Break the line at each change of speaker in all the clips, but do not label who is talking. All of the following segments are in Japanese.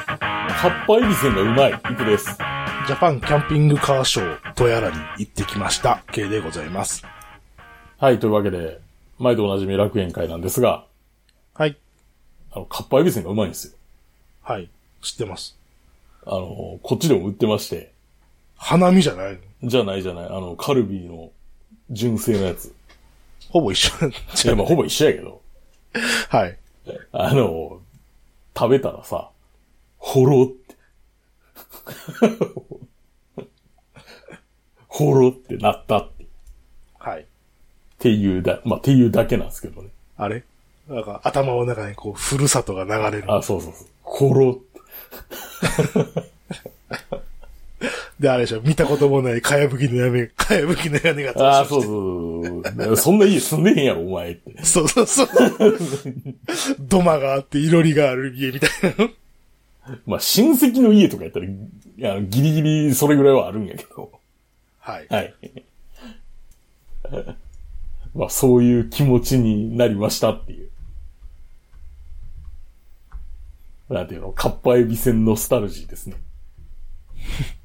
葉っぱエビセンがうまい。いくです。
ジャパンキャンピングカーショー、とやらに行ってきました。系でございます。
はい、というわけで、毎度おなじみ楽園会なんですが、
はい。
あの、カッパエビセンがうまいんですよ。
はい。知ってます。
あの、こっちでも売ってまして、
花見じゃないの
じゃないじゃない、あの、カルビーの純正のやつ。
ほぼ一緒なん
いや、まあ、ほぼ一緒やけど、
はい。
あの、食べたらさ、ほろって。 ほろってなったって。っ
はい。
ていうだ、まあ、っていうだけなんですけどね。
あれなんか頭の中にこう、ふるさとが流れる。
あ、そうそうそう。ほろって。
で、あれでしょ、見たこともない、かやぶきの屋根、かやぶきの屋根が
ああ、
登
そうそうそうそう。そんな家住んでへんやろ、お前って。
場してそうそうそう。土間があって、いろりがある家みたいな。
まあ、親戚の家とかやったら、あのギリギリそれぐらいはあるんやけど。
はい。
はい。 まあ、そういう気持ちになりましたっていう。なんていうの、カッパエビセンノスタルジーですね。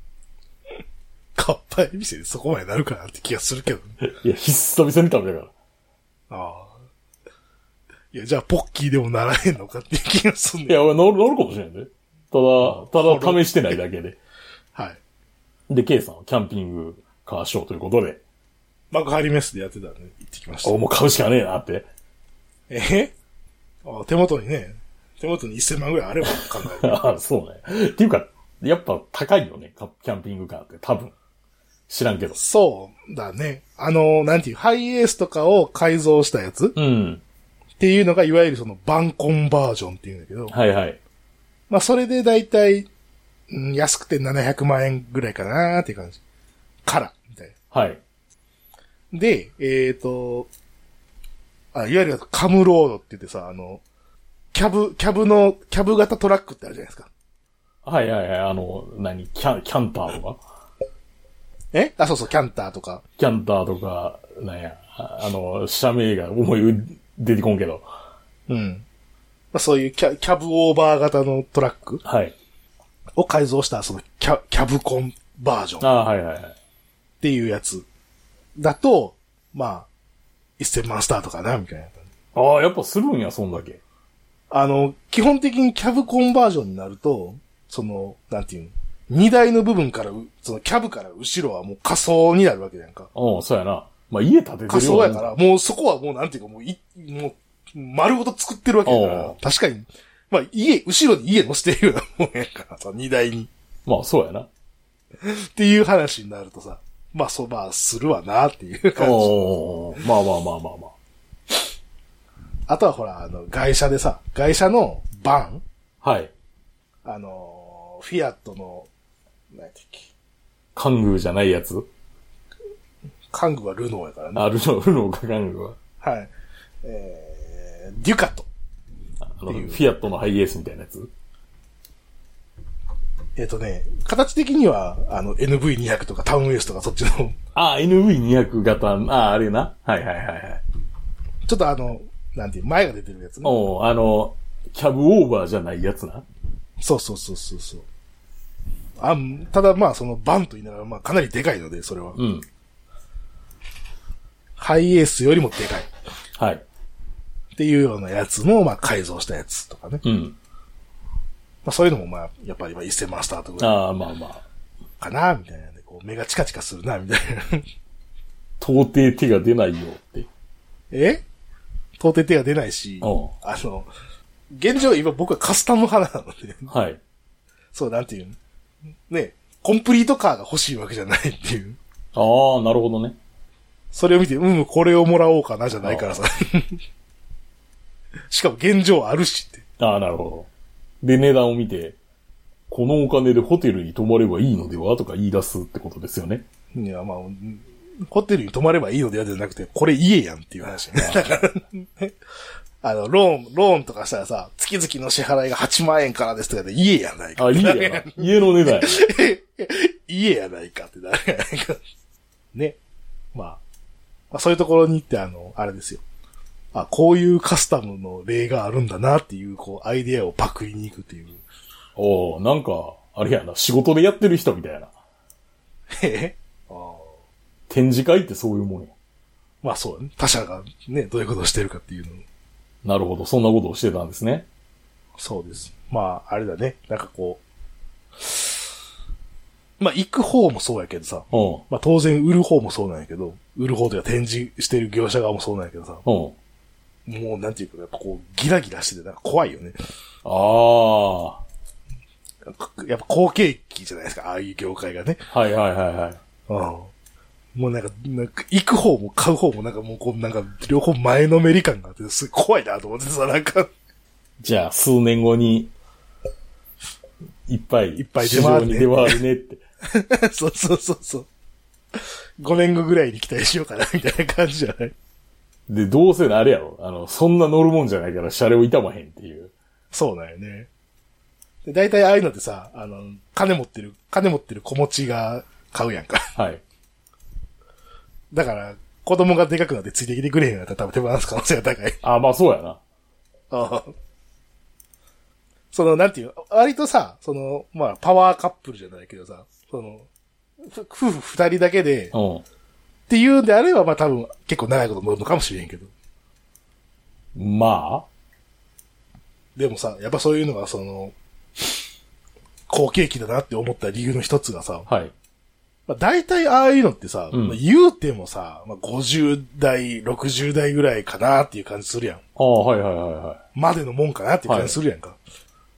かっぱえびせでそこまでなるかなって気がするけどね。
いや、久々に食べたから。
ああ。いや、じゃあ、ポッキーでもならへんのかっていう気がすん
い
ねん。
や、俺乗る、乗るかもしれないね。ただ、ただ試してないだけで。
はい。
で、ケイさんはキャンピングカーショーということで、
幕張メッセでやってたんで、行ってきまし
お
た。
もう買うしかねえなって。
えあ手元にね、手元に1000万ぐらいあれば考える。
ああ、そうね。っていうか、やっぱ高いよね、カキャンピングカーって多分。知らんけど。
そうだね。あの、なんていう、ハイエースとかを改造したやつ
うん。
っていうのが、いわゆるその、バンコンバージョンっていうんだけど、
はいはい。
まあ、それでだいたい、うん安くて700万円ぐらいかなーっていう感じ。から、みたいな。
はい。
で、えっ、と、あ、いわゆるカムロードって言ってさ、あの、キャブ、キャブの、キャブ型トラックってあるじゃないですか。
はいはいはい、あの、何、キャン、キャンターとか
えあ、そうそう、キャンターとか。
キャンターとか、なんや、ああの、社名が思い出てこんけど。
うん。まあ、そういうキャキャブオーバー型のトラック
はい。
を改造した、そのキャ、キャブコンバージョンっ
ああ、はいはいはい。
ていうやつだと、まあ、1000万スタートかな、みたいな。
ああ、やっぱするんや、そんだけ。
あの、基本的にキャブコンバージョンになると、その、なんていうの、荷台の部分からう、そのキャブから後ろはもう仮想になるわけじゃんか。
うん、そうやな。まあ、家建ててる
仮
よう
想
な
やから、もうそこはもうなんていうか、もうい、もう、丸ごと作ってるわけだか
お
ら
う、
確かに、まあ家、後ろに家乗せてるようなもんやからさ、荷台に。
まあ、そうやな。
っていう話になるとさ、まあそう、まあするわなっていう感じ。
おーまあまあまあまあまあ。
あとはほら、あの、外車でさ、外車のバン
はい。
あのー、フィアットの、何やったっけ、
カングーじゃないやつ。
カングはルノーやからね。
あ、ルノー、ルノーかカングーは。
はい。えー、デュカト。
あの、
ってい
フ
う
ィアットのハイエースみたいなやつ。
えっ、とね、形的には、あの、NV200 とかタウンウエストとかそっちの、ち
ああ、NV200 型、ああ、あれな。はいはいはいはい。
ょっとあの、なんていう、前が出てるやつね。
おうあの、キャブオーバーじゃないやつな。
そうそうそうそうそう。あんただまあ、その、バンと言いながら、まあ、かなりでかいので、それは。
うん。
ハイエースよりもでかい。
はい。
っていうようなやつの、まあ、改造したやつとかね。
うん。
まあ、そういうのも、まあ、やっぱり、まあ、1000万スタートぐらい
ああ、まあまあ。
かな、みたいなんで、こう、目がチカチカするな、みたいな。
到底手が出ないよって。
え到底手が出ないし、
おう
あの、現状今僕はカスタム派なので、
はい。
そう、なんていうのね、コンプリートカーが欲しいわけじゃないっていう。
ああ、なるほどね。
それを見て、うん、これをもらおうかなじゃないからさ。 しかも現状あるしって。
ああ、なるほど。で、値段を見て、このお金でホテルに泊まればいいのではとか言い出すってことですよね。
いや、まあ、うんホテルに泊まればいいのではじゃなくて、これ家やんっていう話。 だから、ねあの、ローン、ローンとかしたらさ、月々の支払いが8万円からですとかで家やないか。
あ、いいや な。家の値段やな。
家やないかってなるやないか。ね。まあ、まあ、そういうところに行って、あの、あれですよ。あ、こういうカスタムの例があるんだなっていう、こう、アイデアをパクりに行くっていう。
あおおなんか、あれやな、仕事でやってる人みたいな。
へへ
展示会ってそういうもんや。
まあそうだね。他者がね、どういうことをしてるかっていうのを
なるほど、そんなことをしてたんですね。
そうです。まあ、あれだね。なんかこう。まあ、行く方もそうやけどさ。
うん。
まあ、当然売る方もそうなんやけど、売る方というか展示してる業者側もそうなんやけどさ。
うん。
もう、なんていうか、やっぱこう、ギラギラしてて、なんか怖いよね。
ああ。は
やっぱ好景気じゃないですか、ああいう業界がね。
いはいはいはい。
うん。もうなんか、なんか、行く方も買う方もなんかもうこう、なんか、両方前のめり感があって、すごい怖いなと思ってさ、なんか、
じゃあ、数年後に、いっぱい、
いっぱい出回るね
市場に出回るねって。
そうそうそうそう。5年後ぐらいに期待しようかな、みたいな感じじゃない
で、どうせあれやろ。あの、そんな乗るもんじゃないから、シャレを痛まへんっていう。
そうだよね。で、大体ああいうのってさ、あの、金持ってる、金持ってる子持ちが買うやんか。
はい。
だから、子供がでかくなってついてきてくれへんやったら多分手放す可能性が高い。
あ、まあそうやな。
ああ その、なんていう、割とさ、その、まあ、パワーカップルじゃないけどさ、その、ふ夫婦二人だけで、っ
うん。
ていうんであれば、まあ多分結構長いこと乗るのかもしれへんけど。
ま
でもさ、やっぱそういうのがその、好景気だなって思った理由の一つがさ、
あ、はい。
まあ、大体ああいうのってさ、
うん
まあ言うてもさ、まあ、50代、60代ぐらいかなっていう感じするやん。
ああ、はいはいはいは
までのもんかなっていう感じするやんか。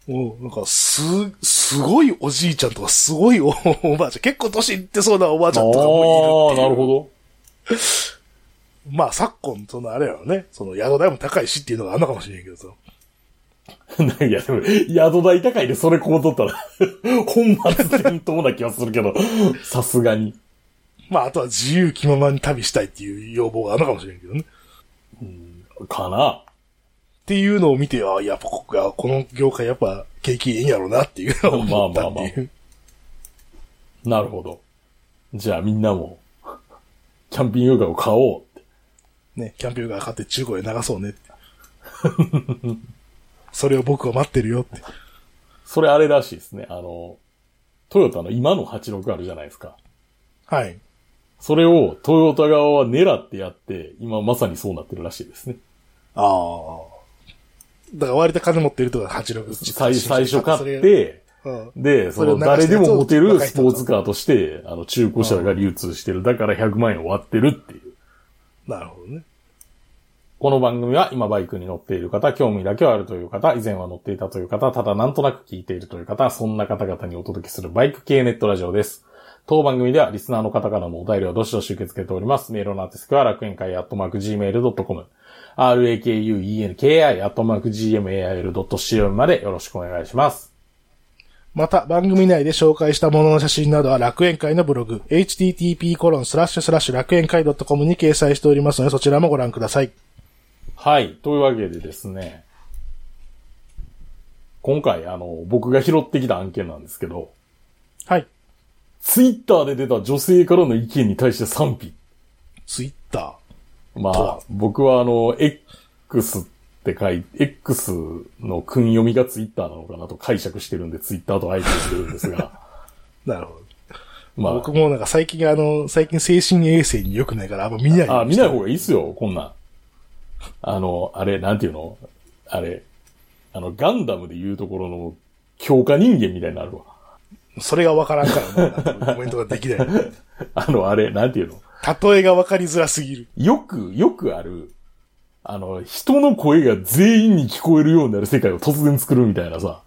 もう、なんか、す、すごいおじいちゃんとか、すごいお おばあちゃん、結構年いってそうなおばあ
い。
ちゃんとかもいるってい
ああ、
う。
なるほ
まあ、昨今、そのあれやろね、その宿代も高いしっていうのがあんのかもしれんけどさ。
ど。 いや、でも、宿代高いでそれこう取ったら、 本末転倒な気がするけど、さすがに。
まあ、あとは自由気ままに旅したいっていう要望があんのかもしれんけどね。
かな。
っていうのを見て、ああ、やっぱここが、この業界やっぱ景気いいんやろうなっていうのを思っ
まあ
たって
まあま
いう。
なるほど。じゃあみんなも、キャンピングカーを買おうって。
ね、キャンピングカー買って中古で流そうねって。それを僕は待ってるよって。
それあれらしいですね。あの、トヨタの今の86あるじゃないですか。
はい。
それをトヨタ側は狙ってやって、今まさにそうなってるらしいですね。
ああ。だから割と金持ってるとか86
最最初買っ、
それ
て、
うん、
で、そ
それを
の
流したやつ
誰
を
でも持てるスポーツカーとして、あの中古車が流通してる。だから100万円を割ってるっていう。
なるほどね。
この番組は今バイクに乗っている方、興味だけはあるという方、以前は乗っていたという方、ただなんとなく聞いているという方、そんな方々にお届けするバイク系ネットラジオです。当番組ではリスナーの方からのお便りをどしどし受け付けております。メールの宛先は楽園会アットマーク Gmail.com、rakuenki アットマーク Gmail.com までよろしくお願いします。
また、番組内で紹介したものの写真などは楽園会のブログ、http コロンスラッシュスラッシュ楽園会 .com に掲載しておりますので、そちらもご覧ください。
はい。というわけでですね、今回、あの、僕が拾ってきた案件なんですけど、
はい。
ツイッターで出た女性からの意見に対して賛否
ツイッタ
ま
とは
あ、僕はあの、X って書いて、X の訓読みがツイッターなのかなと解釈してるんで、ツイッターと相手してるんです が、
ー。なるほど。
ま
僕もなんか最近あの、最近精神衛生に良くないからあんま見ないようにしてる
あ、あ、見ない方がいいっすよ、こんなん。あの、あれ、なんていうのあれ、あの、ガンダムで言うところの強化人間みたいになるわ。
それがわからんからもうなんかコメントができない。
あの、あれ、なんていうの
例えがわかりづらすぎる。
よく、よくある、あの、人の声が全員に聞こえるようになる世界を突然作るみたいなさ、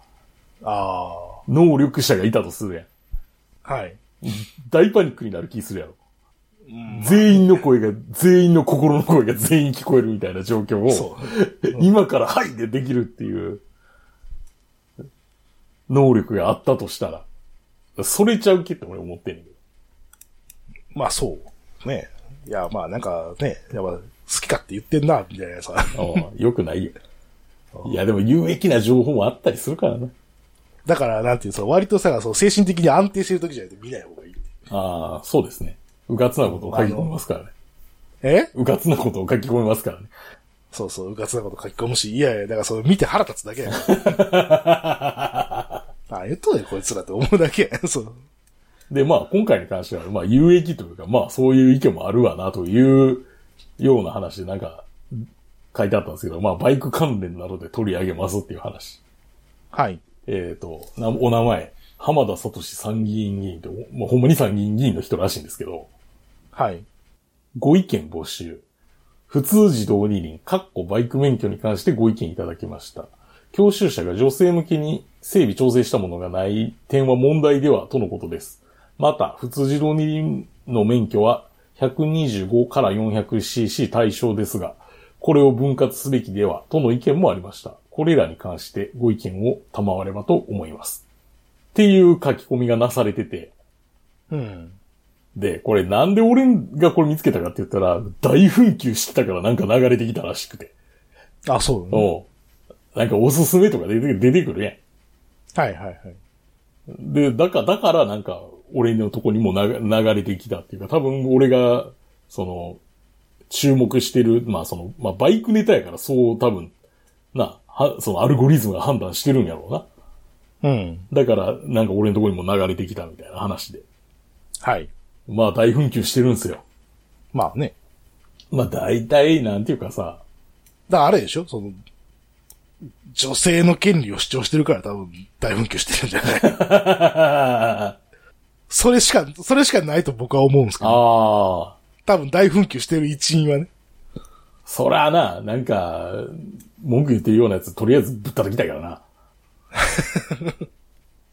あ
能力者がいたとするやん。
あ。はい。
大パニックになる気するやろ。全員の声が、全員の心の声が全員聞こえるみたいな状況を
そ、
今からはいでできるっていう、能力があったとしたら、それちゃうけって俺思ってんねんけど。
まあそう。ねいや、まあなんかね、やっぱ好きかって言ってんな、みたいなさ。
ああよくないよ。いや、でも有益な情報もあったりするからな。
だから、なんていう、その割とさ、その精神的に安定してる時じゃないと見ない方がいい。
ああ、そうですね。うかつなことを書き込みますからね。
え
うかつなことを書き込みますからね。
そうそう、うかつなこと書き込むし、いやいや、だからその見て腹立つだけやから。あ、言っとるよ、こいつらって思うだけ。そう。
で、まあ、今回に関しては、まあ、有益というか、まあ、そういう意見もあるわな、というような話で、なんか、書いてあったんですけど、まあ、バイク関連などで取り上げますっていう話。
はい。
えっ、と、なお名前、浜田聡参議院議員と、まあ、ほんまに参議院議員の人らしいんですけど、
はい。
ご意見募集。普通自動二輪、かっこバイク免許に関してご意見いただきました。教習者が女性向けに整備調整したものがない点は問題ではとのことです。また、普通自動二輪の免許は125から 400cc 対象ですが、これを分割すべきではとの意見もありました。これらに関してご意見を賜ればと思います。っていう書き込みがなされてて、
うん。
で、これなんで俺がこれ見つけたかって言ったら、大紛糾してたからなんか流れてきたらしくて。
あ、そう、ね。
おうなんかおすすめとか出てくる出てくるや
はいはいはい。
ん。で、だから、だからなんか俺のとこにもな流れてきたっていうか、多分俺が、その、注目してる、まあその、まあバイクネタやからそう多分、な、は、そのアルゴリズムが判断してるんやろうな。
うん。
だから、なんか俺のとこにも流れてきたみたいな話で。
はい。
まあ大紛糾してるんすよ。
まあね。
まあ大体、なんていうかさ、
だからあれでしょその、女性の権利を主張してるから多分大紛糾してるんじゃないそれしか、それしかないと僕は思うんですけど。
ああ、
多分大紛糾してる一因はね。
そらな、なんか、文句言ってるようなやつ、とりあえずぶった叩きたいからな。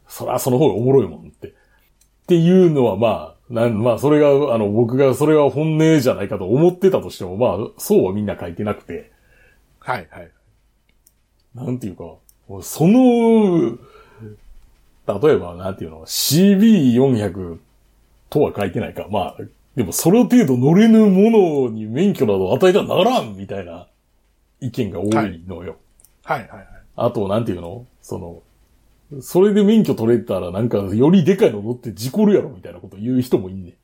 そら、その方がおもろいもんって。っていうのは、まあ、なんまあ、それが、あの、僕が、それが本音じゃないかと思ってたとしても、まあ、そうはみんな書いてなくて、
はいはい。
なんていうか、その、例えば、なんていうの、CB400 とは書いてないか。まあ、でも、それ程度乗れぬものに免許など与えたらならんみたいな意見が多いのよ。
はいはいはい。
あと、なんていうのその、それで免許取れたら、なんか、よりでかいの乗って事故るやろ、みたいなこと言う人もいんねん。っ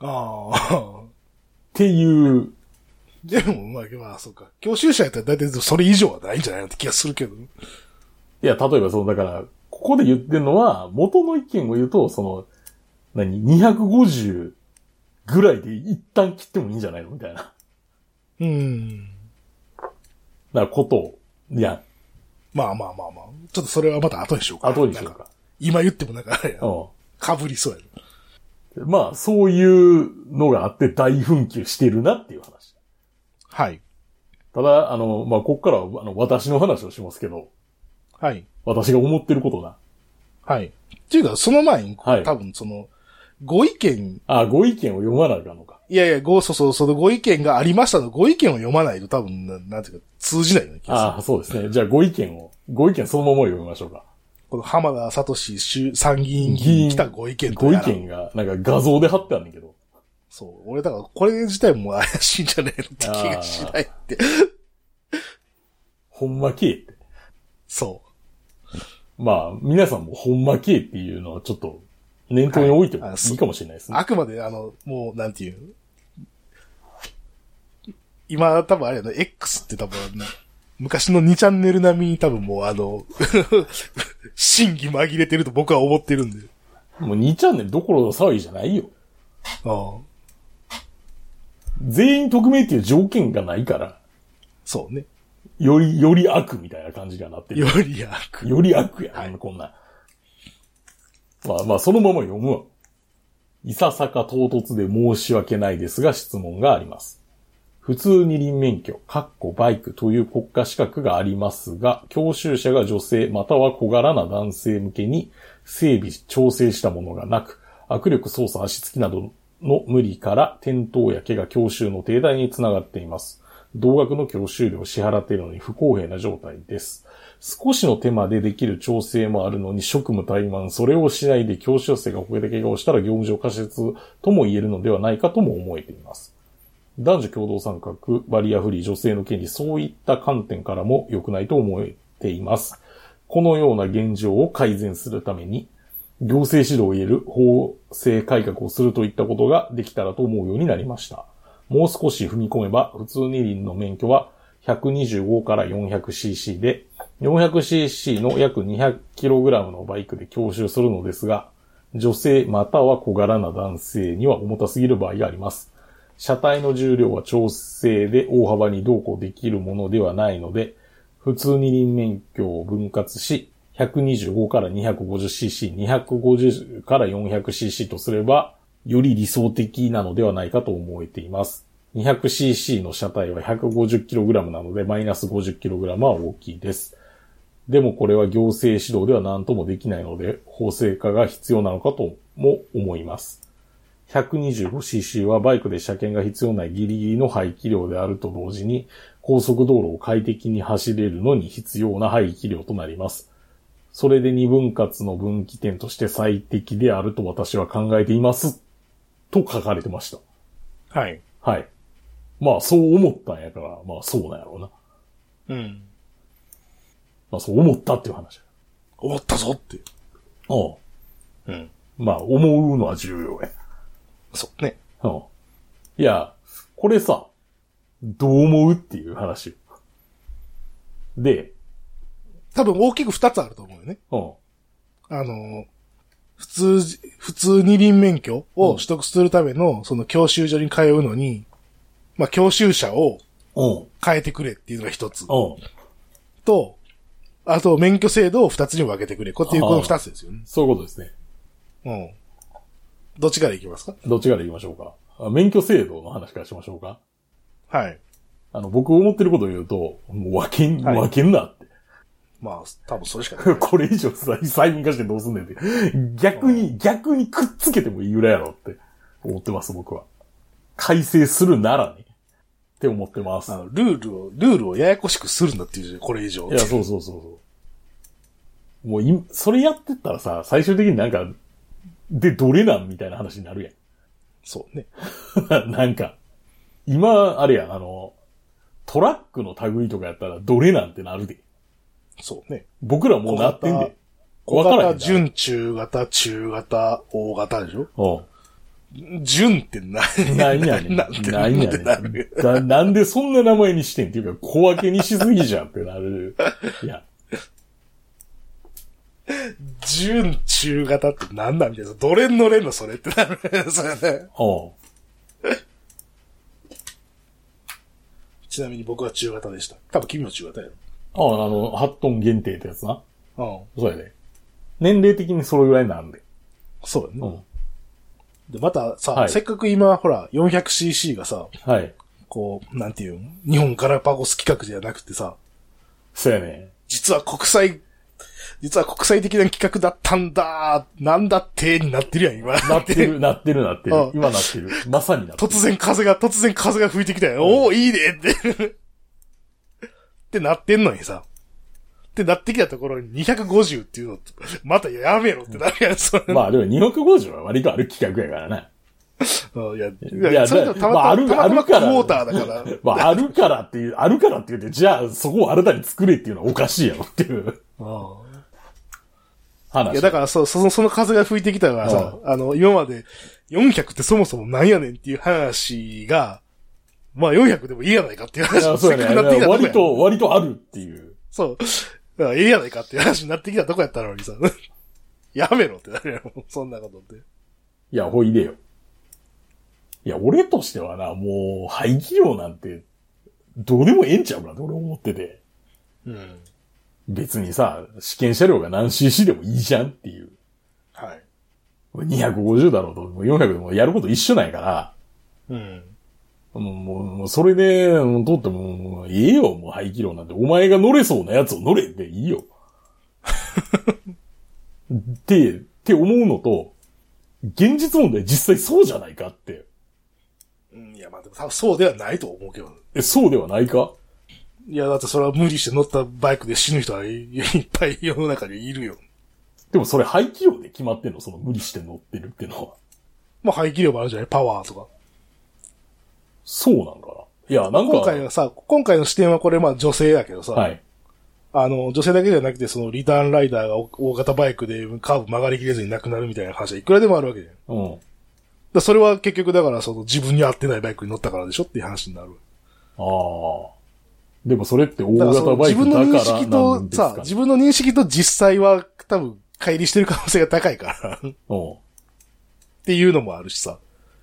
ああ。
ていう、
でも、まあ、まあ、そうか。教習者やったら大体それ以上はないんじゃないのって気がするけど。
いや、例えば、その、だから、ここで言ってるのは、元の意見を言うと、その、何、250ぐらいで一旦切ってもいいんじゃないのみたいな、
うん。
なことを、いや、
まあまあまあまあ。ちょっとそれはまた後にしようか。
後にしよう
なん
か。
今言ってもなんかあれや。
う
かぶりそうやろ。
ん。まあ、そういうのがあって大紛糾してるなっていう話。
はい。
ただ、あの、まあ、こっからは、あの、私の話をしますけど、
はい。
私が思ってることな。
はい。っていうか、その前に、
はい
多分その、ご意見、
あ、ご意見を読まなあかんのか。
いやいや、ご、そうそう、そのご意見がありましたの、ご意見を読まないと多分、ななんていうか、通じないような気がする。
あそうですね。じゃあ、ご意見を、ご意見そのまま読みましょうか。
この浜田聡衆参議院議員に来たご意見
ご意
やら
見が、なんか画像で貼ってあるんだけど。
そう。俺、だから、これ自体も怪しいんじゃねえのって気がしないって。
ほんまけえって。
そ
まあ、皆さんもほんまけえっていうのはちょっと、念頭に置いても
はいあ
いいかもしれないです
う。
ね。
あくまで、あの、もう、なんていう。今、多分あれやな、X って多分あの、昔の2チャンネル並みに多分もうあの、 審議紛れてると僕は思ってるんで。
もう2チャンネルどころの騒ぎじゃないよ。
ああ
全員匿名っていう条件がないから、
そうね。
より、より悪みたいな感じがなってる
よ。りやく。
より悪や、こんなん。まあまあ、そのまま読むわ。いささか唐突で申し訳ないですが、質問があります。普通二輪免許、かっこバイクという国家資格がありますが、教習者が女性または小柄な男性向けに整備、調整したものがなく、握力操作、足つきなどの無理から転倒や怪我、教習の停滞につながっています。同額の教習料を支払っているのに不公平な状態です。少しの手間でできる調整もあるのに職務怠慢、それをしないで教習生がこれだけ怪我をしたら業務上過失とも言えるのではないかとも思えています。男女共同参画、バリアフリー、女性の権利、そういった観点からも良くないと思えています。このような現状を改善するために、行政指導を入れる法制改革をするといったことができたらと思うようになりました。もう少し踏み込めば、普通二輪の免許は125から 400cc で、400cc の約 200kg のバイクで強襲するのですが、女性または小柄な男性には重たすぎる場合があります。車体の重量は調整で大幅にどうこうできるものではないので、普通二輪免許を分割し、125から 250cc、250から 400cc とすれば、より理想的なのではないかと思えています。200cc の車体は 150kg なので、マイナス 50kg は大きいです。でもこれは行政指導では何ともできないので、法制化が必要なのかとも思います。125cc はバイクで車検が必要ないギリギリの排気量であると同時に、高速道路を快適に走れるのに必要な排気量となります。それで二分割の分岐点として最適であると私は考えています。と書かれてました。
はい。
はい。まあそう思ったんやから、まあそうなんやろうな。
うん。
まあそう思ったっていう話。あ
思ったぞって。
あ。
うん。
まあ思うのは重要や。
そうね。
うん。いや、これさ、どう思うっていう話。で、
多分大きく二つあると思うよね。
うん。
あの、普通、普通二輪免許を取得するための、その教習所に通うのに、まあ、教習車を
うん。
変えてくれっていうのが一つ。
うん。
と、あと、免許制度を二つに分けてくれ。こっていうこの二つですよね。
そういうことですね。
うん。どっちからいきますか
どっちから行きましょうか。あ免許制度の話からしましょうか。
はい。
あの、僕思ってることを言うと、もう分けん、
はい
分けんなって。
まあ、多分それしかない。
これ以上さ、細分化してどうすんねんって。逆に、逆にくっつけてもいいぐらいやろって思ってます、僕は。改正するならね。って思ってます
あ。のルールを、ルールをややこしくするんだっていう、これ以上。
いや、そうそうそうそう。もう今、それやってったらさ、最終的になんか、で、どれなんみたいな話になる
そうね。
やん。 なんか、今、あれやん、あの、トラックの類とかやったら、どれなんてなるで。
そうね。
僕らもうなってんで。
小
わからへん
型、
な
準中型、中型、大型でしょ
うん。
準って何
何やねん。
なんて
何や
って
ねん
なる。
だなんでそんな名前にしてんっていうか、小分けにしすぎじゃんってな る。いや、
準中型って何なんみたいな。どれに乗れんのそれってなる。それね。
うん。
ちなみに僕は中型でした。多分君も中型や
ああ、の、8トン限定ってやつな。
ろ。う
そうやね。年齢的にそれぐらいなんで。
ん。そうだね。
うん。
で、またさ、
はい
せっかく今、ほら、400cc がさ、
はい。
こう、なんていうの日本ガラパゴス企画じゃなくてさ、
そうやね。
実は国際、実は国際的な企画だったんだ、なんだって、になってるやん、今。
なって る、なってる、なってる
うん。
今なってる。まさになってる。
突然風が、突然風が吹いてきたよ。おお、いいねって。ってなってんのにさ。ってなってきたところに250っていうのって、またやめろってなるやん、それ。
まあでも250は割とある企画やからな。
うんいや、
や
いや、それとた
まああ
ま
る
たまたま
あるから
クォーターだから。
まああるからっていう、あるからって言って、じゃあそこを新たに作れっていうのはおかしいやろっていう話。
いや、だから、そう、その、その風が吹いてきたからさ、あの、今まで400ってそもそもなんやねんっていう話が、まあ400でもいいやないかっていう話
い
に
やそう
せっ
や
か
ね
くなってきたとこ
割
やん。
と、割とあるっていう。
そう。だからええやないかっていう話になってきたとこやったのにさ、 やめろってなるやろ、そんなことって。
いや、ほいでよ。いや、俺としてはな、もう、排気量なんて、どうでもええんちゃうかなって俺思ってて。
うん。
別にさ、試験車両が何 cc でもいいじゃんっていう。
はい。
250だろうと、もう400でもやること一緒なんやから。
うん。
もう、もうもう、それで、もう取っても、もうええよ、もう排気量なんて。お前が乗れそうなやつを乗れっていいよ。 って、って思うのと、現実問題実際そうじゃないかって。
うんいや、まあでも多分そうではないと思うけど。
え、そうではないか
いや、だってそれは無理して乗ったバイクで死ぬ人はい いっぱい世の中にいるよ。
でもそれ排気量で決まってんのその無理して乗ってるってのは。
まあ排気量もあるじゃないパワーとか。
そうなんかないや、なんか。
今回はさ、今回の視点はこれまあ女性やけどさ、
はい。
あの、女性だけじゃなくて、そのリターンライダーが大大型バイクでカーブ曲がりきれずに亡くなるみたいな話はいくらでもあるわけじゃん。だか
うん。
らそれは結局だからその自分に合ってないバイクに乗ったからでしょっていう話になる。
ああ。でもそれって大
だからそ
型
の
バイ
自
ク
分
だ
の
か
認
ら
識
なん
と、
です
さ
か、ね
自分の認識と実際は多分、乖離してる可能性が高いから、っ
うん。
ていうのもあるしさ。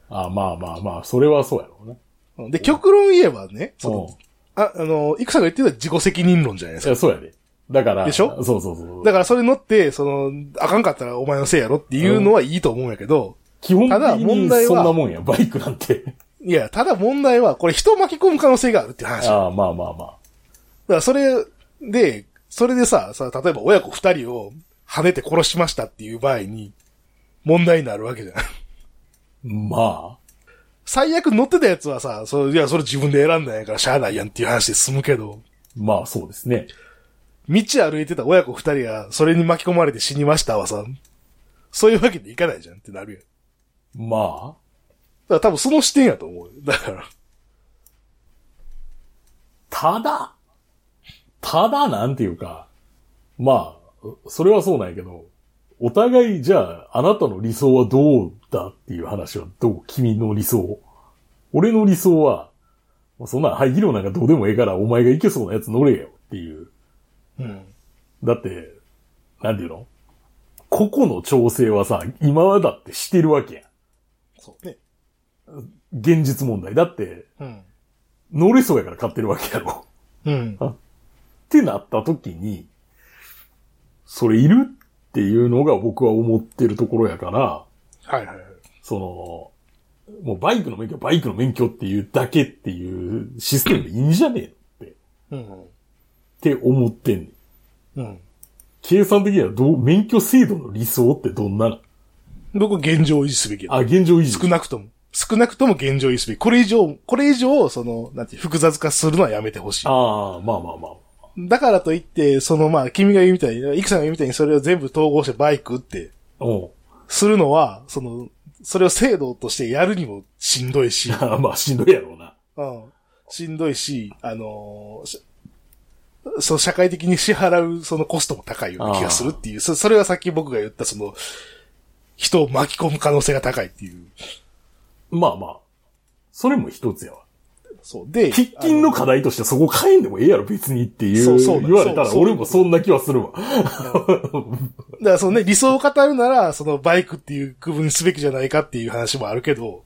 あまあまあまあ、それはそうやろうね。
うんで、極論言えばね、そ
うん
の、あ、あの、いくさんが言ってた自己責任論じゃないで
い
すか。
や、そうやで。だから、
でしょ
そうそうそう。
だからそれ乗って、その、あかんかったらお前のせいやろっていうのはいいと思うんやけど、
基本
ただ
的
問
に
題は
そんなもんや、バイクなん て。
いや、ただ問題は、これ人を巻き込む可能性があるっていう話。だか
ああ、まあまあまあ。
らそれで、それでさ、さ、例えば親子二人を跳ねて殺しましたっていう場合に、問題になるわけじゃん。
ま
最悪乗ってたやつはさ、そういや、それ自分で選んだんやからしゃあないやんっていう話で済むけど、
あ、まあそうですね。
道歩いてた親子二人がそれに巻き込まれて死にましたはさ、そういうわけでいかないじゃんってなるやん。
まあ、
だから多分その視点やと思うよ。だから。
ただ、ただなんていうか、まあ、それはそうなんやけど、お互いじゃあ、あなたの理想はどうだっていう話はどう君の理想。俺の理想は、そんな排気量なんかどうでもええから、お前が行けそうなやつ乗れよっていう。
うん。
だって、なんていうの個々の調整はさ、今はだってしてるわけやん。
そうね。
現実問題。だって、
うん。
乗れそうやから買ってるわけやろ。
うん。
ってなった時に、それいるっていうのが僕は思ってるところやから、
はいはいはい。
その、もうバイクの免許はバイクの免許っていうだけっていうシステムでいいんじゃねえのって、っ
うん。
て思ってんねん。
うん。
計算的にはどう、免許制度の理想ってどんなの
僕は現状を維持すべきだ。
あ、現状維持
少。なくとも。少なくとも現状維持すべき。これ以上、これ以上、その、なんていう、複雑化するのはやめてほしい。
ああ、まあまあまあ。
だからといって、そのまあ、君が言うみたいに、いくさんが言うみたいにそれを全部統合してバイクって
うん。
するのは、その、それを制度としてやるにもしんど いし、
あーまあ、しんどいやろうな。
うん。しんどいし、あのーしそう、社会的に支払う、そのコストも高いような気がするっていう。そそれはさっき僕が言った、その、人を巻き込む可能性が高いっていう。
まあまあ。それも一つやわ。
そう。で、
喫緊の課題としてそこ変えんでもええやろ、別にっていう。
そうそうなん
言われたら
そうそう
俺もそんな気はするわ。
だからそのね、理想を語るなら、そのバイクっていう区分にすべきじゃないかっていう話もあるけど、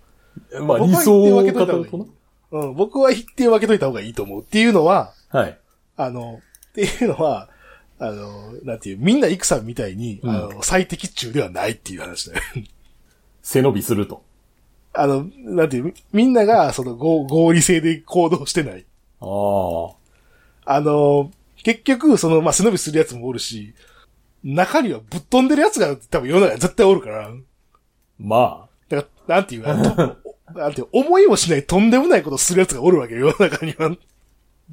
まあ、
僕
理
は
想
言って
を語
分
る
けといた方がいい
とな。
うん、僕は一定分けといた方がいいと思うっていうのは、
はい。
あの、っていうのは、あの、なんていう、みんなイクさんみたいに、
うん
あの、最適中ではないっていう話だよ。
背伸びすると。
あの、なんていう、みんなが、その合、合理性で行動してない。
あ
あの、結局、その、まあ、背伸びするやつもおるし、中にはぶっ飛んでるやつが多分世の中に絶対おるから、
あ。ま
だから、なんていう、あ のなんていう、思いもしないとんでもないことをするやつがおるわけよ、世の中には。
あ。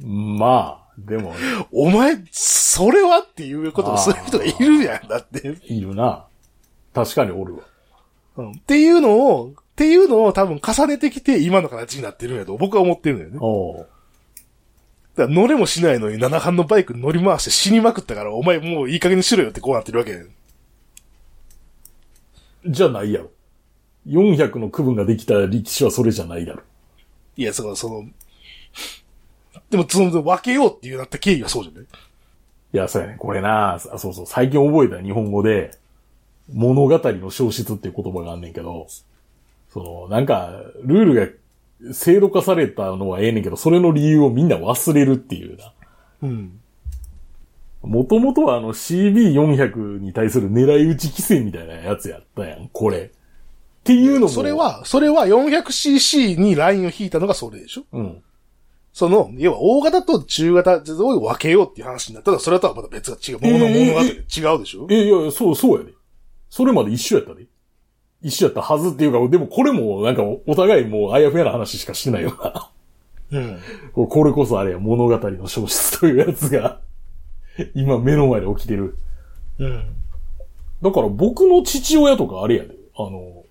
まあ、でも、
お前、それはっていうことをする人がいるやん、だって。
いるな。確かにおるわ。
うんっていうのを、っていうのを多分重ねてきて今の形になってるんやと僕は思ってるんだよね。
おう
だから乗れもしないのに7班のバイク乗り回して死にまくったからお前もういい加減にしろよってこうなってるわけやん
じゃないやろ。400の区分ができた力士はそれじゃないやろ。
いや、その、その、でもその分けようっていうなった経緯はそうじゃない
いや、そうやね。これな、そそうそう。最近覚えた日本語で、物語の消失っていう言葉があんねんけど、その、なんか、ルールが制度化されたのはええねんけど、それの理由をみんな忘れるっていうな。
うん。
もともとはあの CB400 に対する狙い撃ち規制みたいなやつやったやん、これ。っていうのも。
それ。は、それは 400cc にラインを引いたのがそれでしょ
うん。
その、要は大型と中型を分けようっていう話になったら、それとはまた別が違う。物の物語が違うでしょ
え、いや、そう、そうやで。それまで一緒やったで。一緒やったはずっていうか、でもこれもなんかおお互いもうあやふやな話しかしてないよな。
うん。
ここれこそあれや、物語の消失というやつが、 今目の前で起きてる。
うん。
だから僕の父親とかあれやで。あの、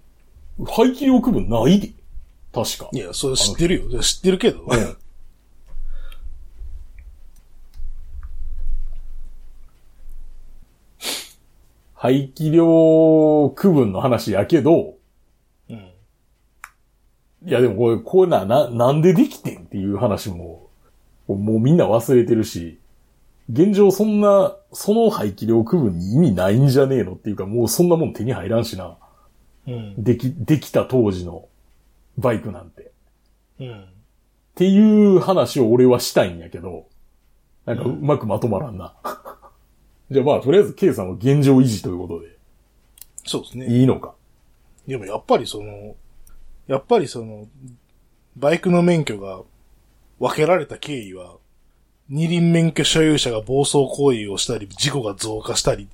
排気量区分ないで。確か
い。や、それ知ってるよ。知ってるけど。
排気量区分の話やけど、
うん。
いやでもこれ、こうな、な、なんでできてんっていう話も、もうみんな忘れてるし、現状そんな、その排気量区分に意味ないんじゃねえのっていうか、もうそんなもん手に入らんしな。
うん。
でき、できた当時のバイクなんて。っ
うん。
ていう話を俺はしたいんやけど、なんかうまくまとまらんな。 じゃあまあ、とりあえず K さんは現状維持ということで、
そうですね。
いいのか。
でもやっぱりその、やっぱりその、バイクの免許が分けられた経緯は、二輪免許所有者が暴走行為をしたり、事故が増加したり、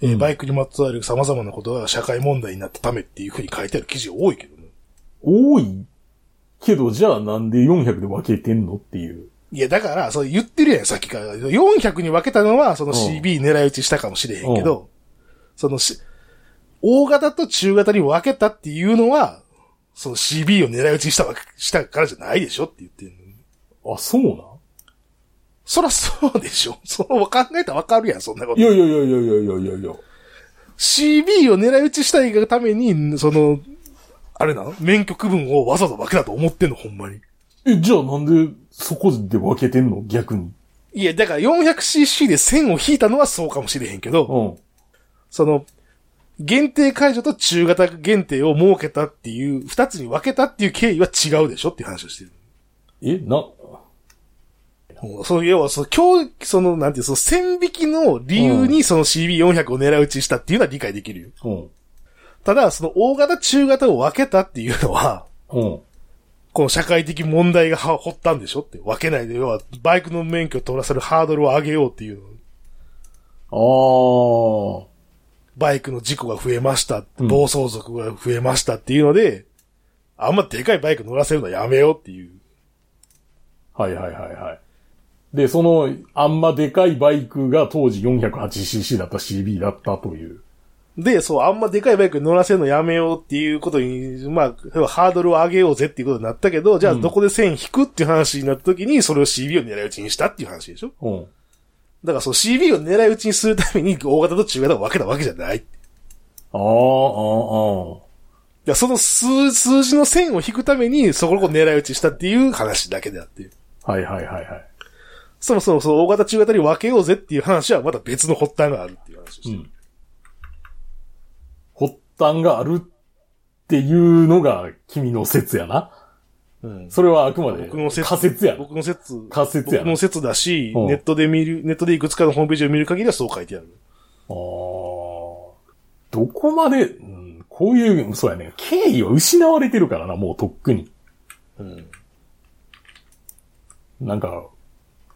えー
うん
バイクにまつわる様々なことが社会問題になったためっていうふうに書いてある記事が多いけどね。
多いけど、じゃあなんで400で分けてんのっていう。
いや、だから、そう言ってるやん、さっきから。400に分けたのは、その
うん
CB 狙い撃ちしたかもしれへんけど、そのし、大型と中型に分けたっていうのは、その CB を狙い撃ちしたわけ、したからじゃないでしょって言ってるの
あ、そうなん
そらそうでしょ。 その考えたらわかるやん、そんなこ
い
と。
やいやいやいやいやいやいやいや。
CB を狙い撃ちしたいがために、その、あれなの免許区分をわざわざ分けたと思ってんの、ほんまに。
え、じゃあなんでそこで分けてんの逆に。
いや、だから 400cc で線を引いたのはそうかもしれへんけど、
うん。
その、限定解除と中型限定を設けたっていう、二つに分けたっていう経緯は違うでしょっていう話をしてる。
え、な、
もうその、要は、その、今日、その、なんていう、その、線引きの理由にその CB400 を狙い撃ちしたっていうのは理解できるよ。
うん。
ただ、その、大型、中型を分けたっていうのは、
うん。
この社会的問題がは発端でしょって、分けないで、要は、バイクの免許を取らせるハードルを上げようっていうの。
あー。
バイクの事故が増えました、
うん
暴走族が増えましたっていうので、あんまでかいバイク乗らせるのはやめようっていう。
はいはいはいはい。で、その、あんまでかいバイクが当時 408cc だった CB だったという。
で、そう、あんまでかいバイクに乗らせるのやめようっていうことに、まあ、要はハードルを上げようぜっていうことになったけど、じゃあどこで線引くっていう話になった時に、それを CB を狙い撃ちにしたっていう話でしょ
うん。
だからそう CB を狙い撃ちにするために 大型と中型を分けたわけじゃない。い
あー、あー、あー。
や、その数、数字の線を引くために、そこを狙い撃ちしたっていう話だけであって。
はいはいはいはい。
そもそもその大型中型に分けようぜっていう話はまた別の発端があるっていう話をしてる
うん。発端があるっていうのが君の説やな。
うん
それはあくまで
僕の説
仮説やな。
僕の説。
仮説やな
僕の説だし、
うん
ネットで見る、ネットでいくつかのホームページを見る限りはそう書いてある。
あーどこまで、うん、こういう、そうやね、敬意は失われてるからな、もうとっくに。
うん。
なんか、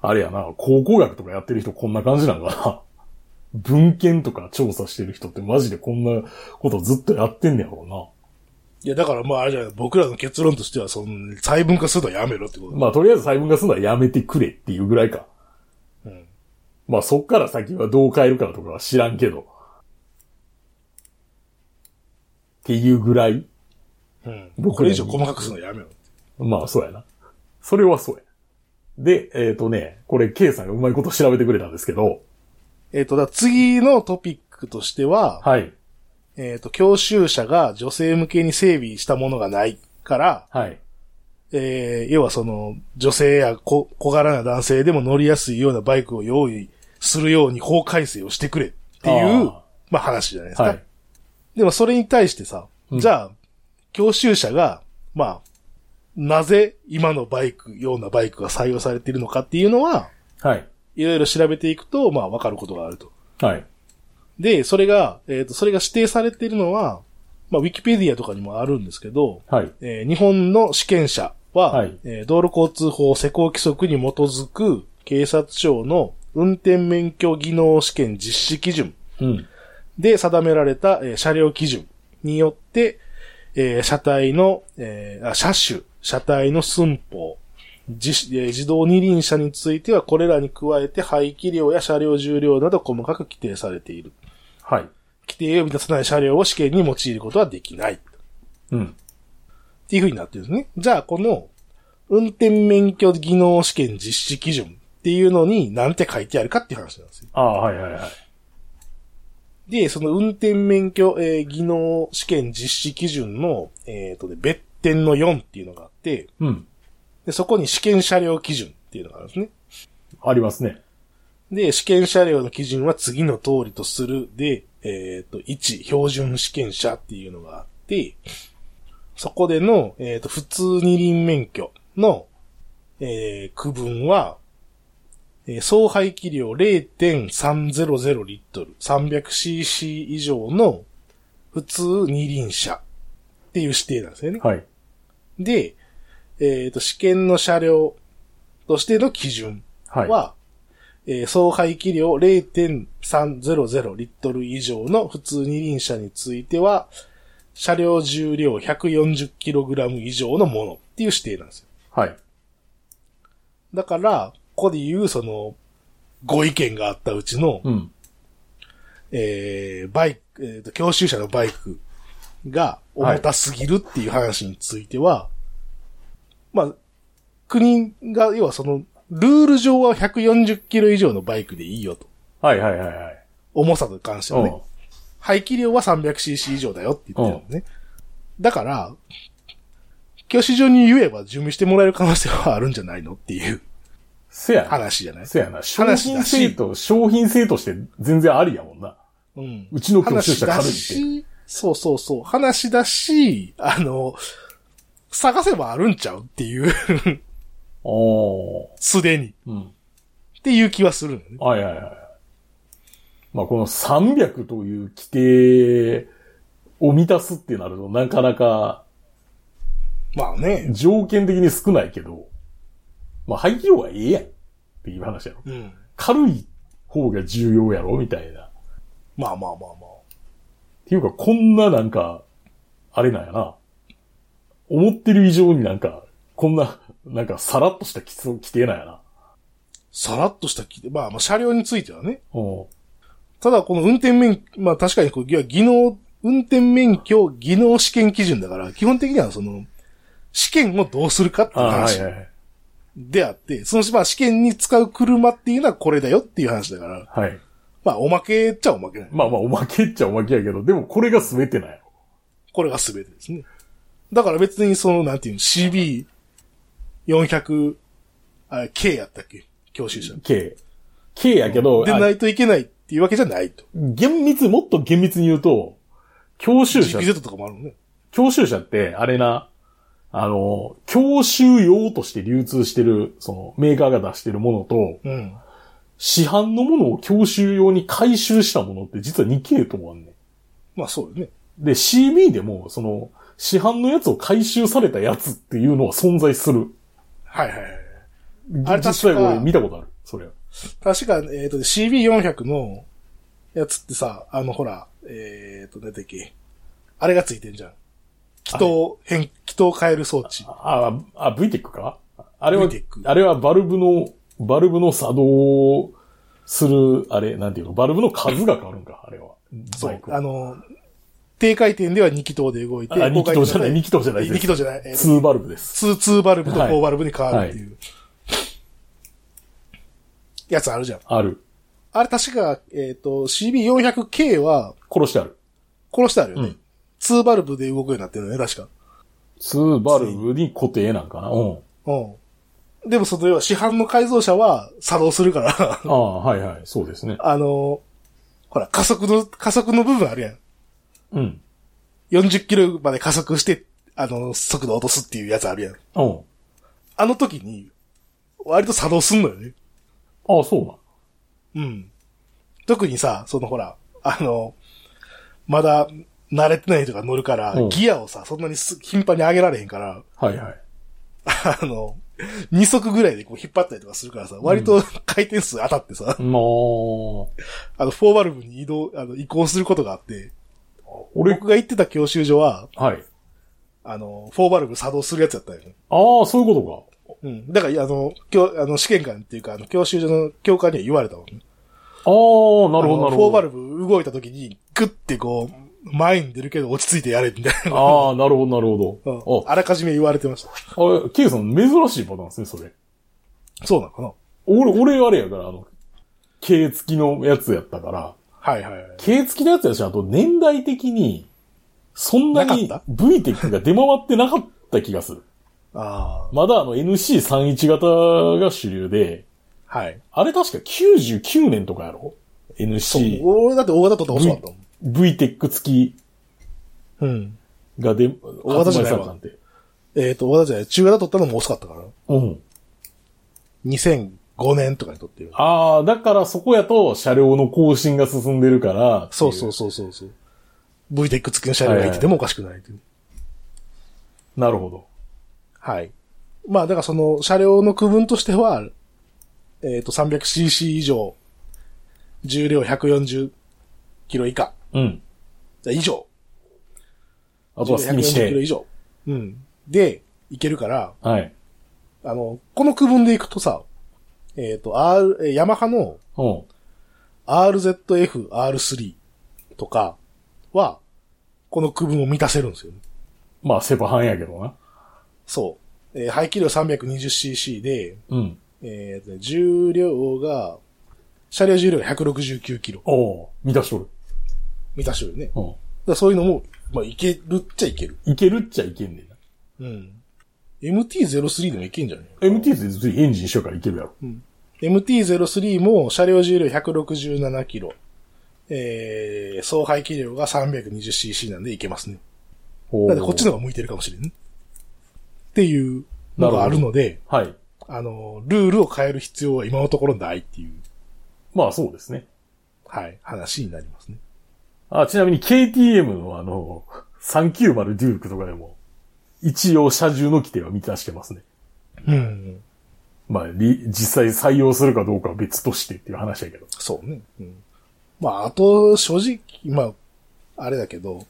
あれやな、考古学とかやってる人こんな感じなんかな。 文献とか調査してる人ってマジでこんなことずっとやってんねやろ
いや、だからまあ、あれじゃない僕らの結論としては、その、細分化するのはやめろってこ
う
と
な。。まあとりあえず細分化するのはやめてくれっていうぐらいか。
うん。
まあそっから先はどう変えるかとかは知らんけど。っていうぐらい。
うん。
僕
これ以上細かくするのはやめろ。
まあそうやな。それはそうや。で、えっ、とね、これ K さんがうまいこと調べてくれたんですけど。
えっ、と、だから次のトピックとしては、
はい。
えっ、と、教習者が女性向けに整備したものがないから、
はい。
えー、要はその、女性や小小柄な男性でも乗りやすいようなバイクを用意するように法改正をしてくれっていう、
あ
まあ話じゃないですか。
はい。
でもそれに対してさ、
うん
じゃあ、教習者が、まあ、なぜ今のバイク、ようなバイクが採用されているのかっていうのは、
はい。
いろいろ調べていくと、まあ、わかることがあると。
はい。
で、それが、えっ、と、それが指定されているのは、まあ、ウィキペディアとかにもあるんですけど、
はい。
えー日本の試験者は、
はい
えー道路交通法施行規則に基づく警察庁の運転免許技能試験実施基準
うん。
で定められた、えー車両基準によって、えー車体の、えーあ車種、車体の寸法、自,、えー自動二輪車についてはこれらに加えて排気量や車両重量など細かく規定されている。
はい。
規定を満たさない車両を試験に用いることはできない。
うん。
っていう風になってるんですね。じゃあ、この、運転免許技能試験実施基準っていうのに何て書いてあるかっていう話なんですよ。
ああ、はいはいはい。
で、その運転免許、えー技能試験実施基準の、えっ、とね、別点の4っていうのがあって、
うん。
でそこに試験車両基準っっていうのがあるんですね。
ありますね。
で、試験車両の基準は次の通りとするで、えっ、と、1、標準試験車っていうのがあって、そこでの、えっ、と、普通二輪免許の、えー区分は、えー総排気量0.300リットル、300cc 以上の普通二輪車っていう指定なんですよね。
はい。
で、えっ、と、試験の車両としての基準
はい。
は、えー総排気量0.300リットル以上の普通二輪車については、車両重量 140kg 以上のものっていう指定なんですよ。
はい。
だから、ここで言うその、ご意見があったうちの、
うん。
えーバイク、えーと、教習車のバイクが重たすぎるっていう話については、まあ、国が、要はその、ルール上は140キロ以上のバイクでいいよと。
はいはいはいはい。
重さと関してはね。排気量は 300cc 以上だよって言ってるのね。だから、教習所に言えば準備してもらえる可能性はあるんじゃないのっていう
せやな。
話じゃない
せやな。商
話
品
だし
性と、商品性として全然ありやもんな。
うん。
うちの教習
話
車
だ
軽いって。
し、そうそうそう、話だし、あの、探せばあるんちゃうっていう、
おー。
すでに。
うん。
っていう気はするのね。
はいはいはい。まあこの300という規定を満たすってなるとなかなか
まあね。
条件的に少ないけど、まあ排気量はええやんっていう話やろ。
うん。
軽い方が重要やろみたいな。っ
まあまあまあまあ。
ていうかこんななんか、あれなんやな。思ってる以上になんか、こんな、なんかさらっとした規規定なんやな。
さらっとした規定、まあまあ車両についてはね。
うん。
ただこの運転免、まあ確かにこう、いや技能、運転免許、技能試験基準だから、基本的にはその、試験をどうするかって
あ
いう
はい
話
はいはい。
であって、その、まあ試験に使う車っていうのはこれだよっていう話だから、
はい。
まあおまけっちゃおまけなの
まあまあおまけっちゃおまけやけど、でもこれが全てなんやろ。
これが全てですね。だから別にその、なんていうの、CB400、あれ、K やったっけ教習車。
K。K やけど、
で
あ
ないといけないっていうわけじゃないと。
厳密、もっと厳密に言うと、教習車、
GPZ とかもあるもんね。
教習車って、あれな、あの、教習用として流通してる、その、メーカーが出してるものと、
うん。
市販のものを教習用に回収したものって実は2系統あんね
まあそうよね。
ん。で、CB でも、その、市販のやつを回収されたやつっていうのは存在する。
はいはいはい。あれ確か
実際俺見たことある。それ。
確か、えっ、と、CB400 のやつってさ、あの、ほら、えっ、と、なんだっけ。あれがついてんじゃん。気筒変、気筒変える装置。
あ、あ、VTEC かあれは
VTEC、
あれはバルブの、バルブの作動する、あれ、なんていうの、バルブの数が変わるんか、あれは。
そ
バイ
う。
クは
あの、低回転では2気筒で動いて、
あ、二気筒じゃない、二
2
気筒じゃないです。
気筒じゃない。えーと
ツーバルブです。
ツー、ツーバルブと
はい
4バルブに変わるっていう、やつあるじゃん。
ある。
あれ確か、えっ、と、CB400K は
殺してある。
殺してあるよ
う
ね
ん。
ツー、バルブで動くようになってるよね、確か。
ツーバルブに固定なんかな。うん。
うん。でもその要は市販の改造車は作動するから、
ああ、はいはい、そうですね。
あの、ほら、加速の、加速の部分あるやん。
うん。
40キロまで加速して、あの、速度落とすっていうやつあるやん。
うん。
あの時に、割と作動すんのよね。
ああ、そうなん。
うん。特にさ、そのほら、あの、まだ慣れてない人が乗るから
うん、
ギアをさ、そんなにす頻繁に上げられへんから、
はいはい。
あの、2足ぐらいでこう引っ張ったりとかするからさ、割と回転数当たってさ、
まあ、
あの、4バルブに移動、あの、移行することがあって、
俺、
僕が行ってた教習所は、
はい。
あの、4バルブ作動するやつやったよね。
ああ、そういうことか。
うん。だから、あの、教、あの、試験官っていうか、あの、教習所の教官には言われたもんね。
ああ、なるほど、なる
4
ほ
バ
ど。
ルブ動いた時に、グッてこう、前に出るけど落ち着いてやれ、みたい な。
ああ、なるほど、なるほ
うん
ど。あ、
あらかじめ言われてました。
あれ、ケイさん、珍しいパターンですね、それ。
そうなのかな
俺、俺あれやから、あの、K 付きのやつやったから、
はいはいはい。
K 付きのやつやし、あと年代的に、そんなに
なかっ
VTEC が出回ってなかった気がする。
あ
まだあの NC31 型が主流で、
あ。はい。
あれ確か99年とかやろ
そう。
?NC、
俺だって大型取ってほしかったも
VTEC 付き
ん。うん。
がで、
大型じゃないわ
なんて。
えっと、大型じゃない。中型取ったのも遅かったから。
うん。
2005年とかに取ってる。
ああ、だからそこやと車両の更新が進んでるから。。
そうそううそうそうそう。VTEC 付きの車両がいててもおかしくないという。
なるほど。
はい。まあ、だからその車両の区分としては、えっ、と、300cc 以上、重量140キロ以下、
うん。
じゃあ以上。
あとは好きにし
140キロ以
て。
上。うん。で、いけるから、
はい。
あの、この区分でいくとさ、えっ、と、R、えーヤマハの
うん。
RZF、R3 とかは、この区分を満たせるんですよね。
まあ、セパハンやけどな。
そう。えー排気量 320cc で、
うん。
えーとね重量が、車両重量が169キロ。
おおう満たしとる。
満たしてるよね。だか
う
らそういうのも、まあ、いけるっちゃいける。
ん。いけるっちゃいけんねんな。
うん。MT-03 でもいけんじゃない
MT って別にエンジン一緒やからいけるやろ。
MT-03 も車両重量167キロ。えー、総排気量が 320cc なんでいけますね。
ほう
なんでこっちの方が向いてるかもしれんね。っていうのがあるので、
はい。
あの、ルールを変える必要は今のところないっていう、
まあ、そうですね。
はい、話になりますね。
あ、ちなみに KTM のあの、390デュークとかでも、一応車重の規定は満たしてますね。
うん。
まあ、り実際採用するかどうかは別としてっていう話だけど。
そうね。うん。まあ、あと、正直、まあ、あれだけど、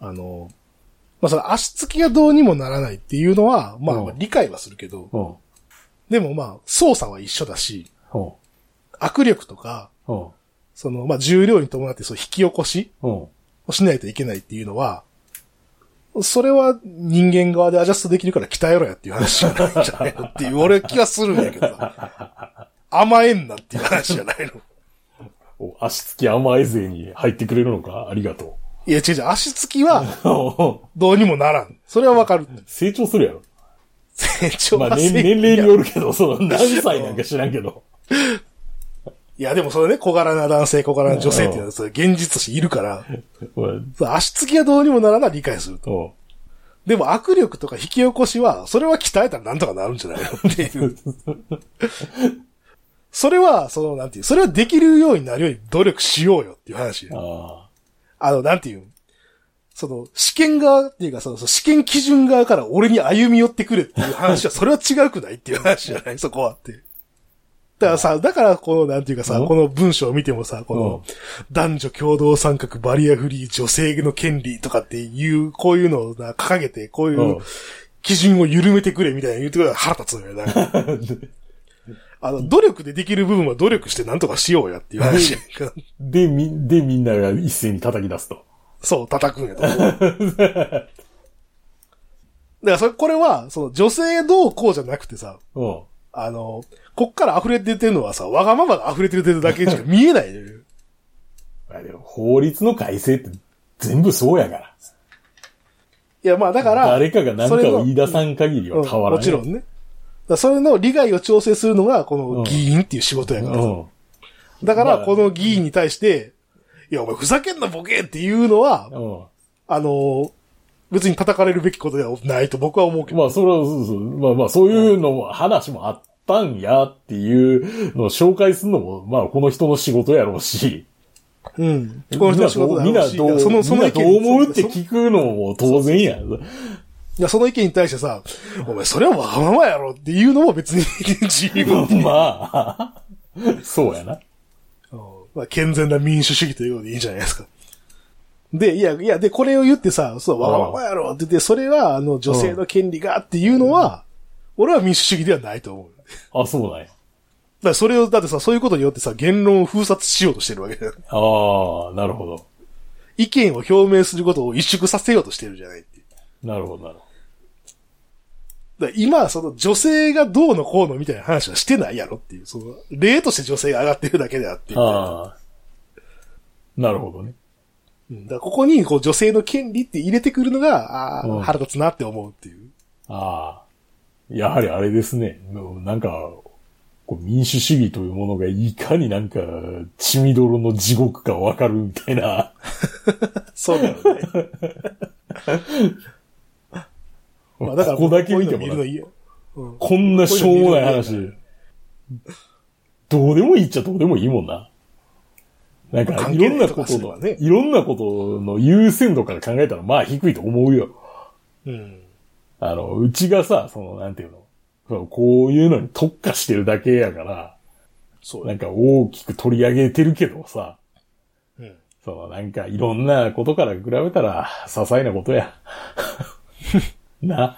あの、まあ、その足つきがどうにもならないっていうのは、まあ
う、ん
理解はするけど、
うん。
でもまあ、操作は一緒だし、
うん。
握力とか、
うん。
その、まあ、重量に伴って、そう、引き起こし
うん。
をしないといけないっていうのは、それは人間側でアジャストできるから鍛えろやっていう話じゃないんじゃないのっ ていう、俺は気がするんやけどさ。甘えんなっていう話じゃないの。
お足つき甘え勢に入ってくれるのかありがと
いや、違う違う、足つきは、
う。
どうにもならん。それはわか る。
成長するやろ。
成長
まあ
は
年、
成
年齢に
いや
よるけど、その何歳なんか知らんけど。
いや、でもそれね、小柄な男性、小柄な女性っていうのは、それ現実としているから、
うん
それ足つきがどうにもならない理解すると。
お
でも握力とか引き起こしは、それは鍛えたらなんとかなるんじゃないのっていう。それは、その、なんていう、それはできるようになるように努力しようよっていう話。
あ
あの、なんていう、その、試験側っていうか、その、その試験基準側から俺に歩み寄ってくれっていう話は、それは違うくないっていう話じゃないそこはって。だからさ、だから、この、なんていうかさ、
うん
この文章を見てもさ、この、男女共同参画バリアフリー女性の権利とかっていう、こういうのをな掲げて、こういううん基準を緩めてくれみたいな言うてくれたら腹立つのよ、なんか。あの、努力でできる部分は努力してなんとかしようやっていう話やんか。
あ。 で、み、で、みんなが一斉に叩き出すと。
そう、叩くんやと思う。だからそれ、これは、その女性どうこうじゃなくてさ、
うん。
あの、こっから溢れ出てるのはさ、わがままが溢れてるだけしか見えないのよ。
まあでも法律の改正って全部そうやから。
いや、まあだから、
誰かが何か
それの
を言い出さん限り
うん
は変わらない。
もちろんね。だからそれの利害を調整するのが、この議員っていう仕事やからさ。
うん。
だか
ま
ら、
あ
この議員に対して、いや、お前ふざけんなボケっていうのは、
うん。
あの、別に叩かれるべきことではないと僕は思うけど。
まあ、それは、そうそう。まあまあ、そういうのも、話もあったんやっていうのを紹介するのも、まあ、この人の仕事やろうし。
うん。この人の仕事だろ
みん
う
な
し
どう、
そ
みん
の、
な
そ
ど
の
う
意見
どう思うって
その
聞くのも当然や。
いや、その意見に対してさ、お前、それはわがままやろっていうのも別に 自由。
まあ、 そうやな。
まあ、健全な民主主義ということでいいんじゃないですか。で、いや、いや、で、これを言ってさ、そう、わがままやろって言って、それは、あの、女性の権利がっていうのは、俺は民主主義ではないと思う。だか
あ、そうなんや。
らそれを、だってさ、そういうことによってさ、言論を封殺しようとしてるわけだよ。
ああ、なるほど。
意見を表明することを萎縮させようとしてるじゃないっていう。
なるほど、なるほ
だから今、その女性がどうのこうのみたいな話はしてないやろっていう、その、例として女性が上がってるだけであって。
ど。ああ。なるほどね。
うんだからここにこう女性の権利って入れてくるのが、あ
う
あ、
ん
腹立つなって思うっていう。
ああ。やはりあれですね。なんか、こう民主主義というものがいかになんか、血みどろの地獄かわかるみたいな。
そうだよ ね。まあだから、
ここだけ見ても
こういうの
ら
いいよ。うん
こんなしょうもない
こういうの見
話。どうでもいいっちゃどうでもいいもんな。なん
まあ
か、
関
い
係
ろん
な
な
いと
こ
か
と
すれば
の、
ね
いろんなことの優先度から考えたら、まあ低いと思うよ。
うん。
あの、うちがさ、その、なんていうの、そのこういうのに特化してるだけやから、
そう
な
だ
んか大きく取り上げてるけどさ、
うん。
その、なんかいろんなことから比べたら、些細なことや。 な。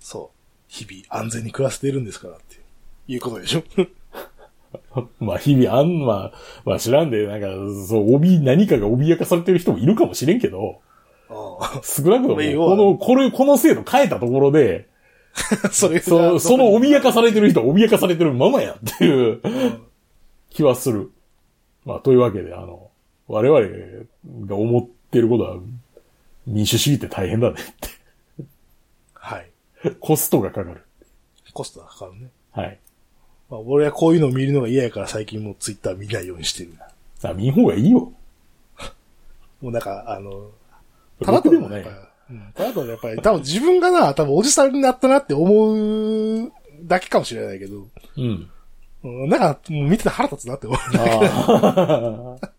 そう。日々安全に暮らせてるんですからっていういうことでしょ
まあ、日々あんま、まあ知らんで、なんか、そう、帯、何かが脅かされてる人もいるかもしれんけど、
あ
少なくとも、
まあ要
こ
は
の、これ、この制度変えたところで、
あ それが
そその脅かされてる人は脅かされてるままやっていう気はする。まあ、というわけで、あの、我々が思ってることは、民主主義って大変だねっ
はい。
て。コストがかかる。
コストがかかるね。
はい。
まあ、俺はこういうのを見るのが嫌やから最近もうツイッター見ないようにしてる。
さあ、見ん方がいいよ。
もうなんか、あの、ただ
僕
た
で
だ
もない
やっぱ。うんただただやっぱり、多分自分がな、多分おじさんになったなって思うだけかもしれないけど、
うん。
うんなんか、もう見てて腹立つなって思う。
ああ。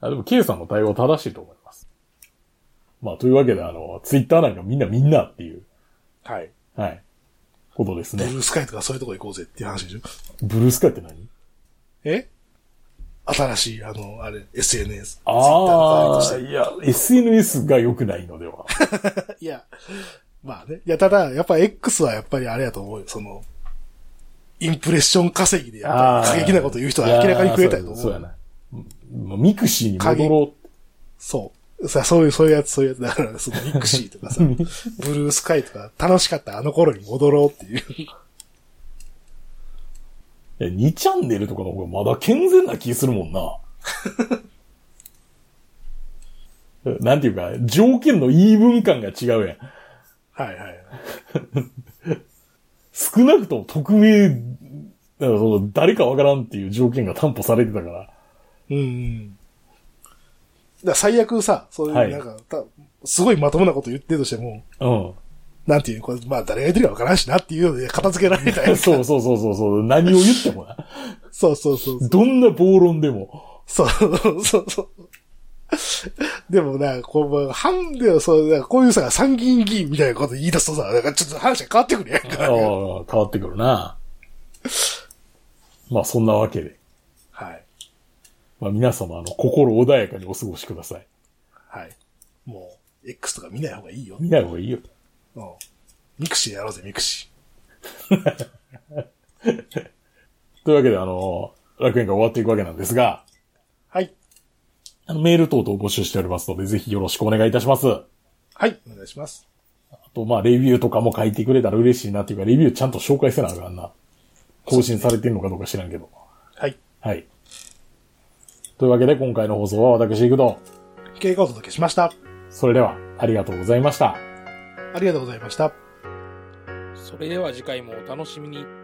あでも、K さんの対応は正しいと思います。まあ、というわけで、あの、ツイッターなんかみんなみんなっていう、
はい。
はい、ことです
ブル
ね。
ースカイとかそういうとこ行こうぜっていう話でしょ。
ブルースカイって何
え新しい、あの、あれ、SNS。
あ
ツ
あ、
イッターの代わり
いや、SNS が良くないのでは。
としていや、まあね。いや、ただ、やっぱ X はやっぱりあれやと思うよ。その、インプレッション稼ぎで、やっぱ
あー
過激なこと言う人は明らかに増えたいと思う。
そうやな。うんまあミクシーに戻ろ
そう。さ、そういう、そういうやつ、そういうやつ。だから、その、ミクシーとかさ、ブルースカイとか、楽しかったあの頃に戻ろうって いう。
う。いや2チャンネルとかの方がまだ健全な気するもんな。 なんていうか、条件の言い分感が違うやん。
はいはい。
少なくとも匿名、だからその誰かわからんっていう条件が担保されてたから。
うんうん。だから最悪さ、そういう、
はい
なんか、たすごいまともなこと言ってるとしても、
うん。。
なんていう、これ、まあ誰が言ってるかわからんしなっていうので片付けられ たい
そうそうそうそうそう。何を言ってもな。
そうそうそう。
どんな暴論でも。
そうそうそうそう。でもなんか、こう、まあ、半で、そう、なんかこういうさ、参議院議員みたいなこと言い出すとさ、なんかちょっと話が変わってくるやん
ああ
か。
変わってくるな。まあそんなわけで。
はい。
まあ皆様、あの、心穏やかにお過ごしください。
はい。もう、X とか見ない方がいいよ。
見ない方がいいよ。
うん。ミクシーやろうぜ、ミクシ
というわけで、あの、楽園が終わっていくわけなんですが、
ー。はい。
あのメール等々を募集しておりますので、ぜひよろしくお願いいたします。
はい。お願いします。
あと、まあ、レビューとかも書いてくれたら嬉しいなっていうか、レビューちゃんと紹介せなあかんな。更新されてんのかどうか知らんけど。
はい。
はい。というわけで、今回の放送は私、行くと。
経過をお届けしました。
それでは、ありがとうございました。
ありがとうございました。
それでは次回もお楽しみに。